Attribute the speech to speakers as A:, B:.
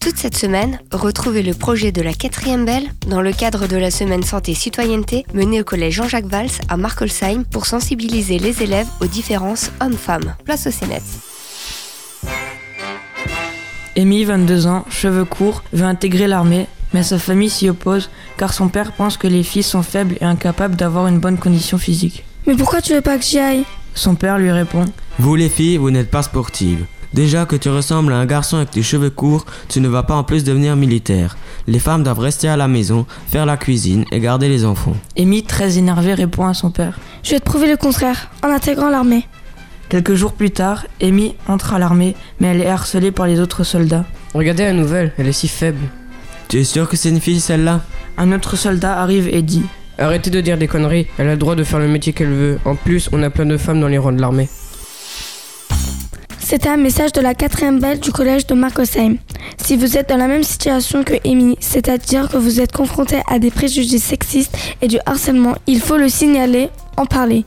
A: Toute cette semaine, retrouvez le projet de la quatrième belle dans le cadre de la semaine santé citoyenneté menée au collège Jean-Jacques Valls à Markolsheim pour sensibiliser les élèves aux différences hommes-femmes. Place au CNET.
B: Amy, 22 ans, cheveux courts, veut intégrer l'armée, mais sa famille s'y oppose car son père pense que les filles sont faibles et incapables d'avoir une bonne condition physique.
C: Mais pourquoi tu veux pas que j'y aille
B: Son père lui répond
D: Vous les filles, vous n'êtes pas sportives. Déjà que tu ressembles à un garçon avec tes cheveux courts, tu ne vas pas en plus devenir militaire. Les femmes doivent rester à la maison, faire la cuisine et garder les enfants.
B: Amy, très énervée, répond à son père.
C: Je vais te prouver le contraire en intégrant l'armée.
B: Quelques jours plus tard, Amy entre à l'armée, mais elle est harcelée par les autres soldats.
E: Regardez la nouvelle, elle est si faible.
D: Tu es sûr que c'est une fille celle-là
B: Un autre soldat arrive et dit
E: Arrêtez de dire des conneries, elle a le droit de faire le métier qu'elle veut. En plus, on a plein de femmes dans les rangs de l'armée.
C: C'était un message de la quatrième belle du collège de Markosheim. Si vous êtes dans la même situation que Amy, c'est-à-dire que vous êtes confronté à des préjugés sexistes et du harcèlement, il faut le signaler, en parler.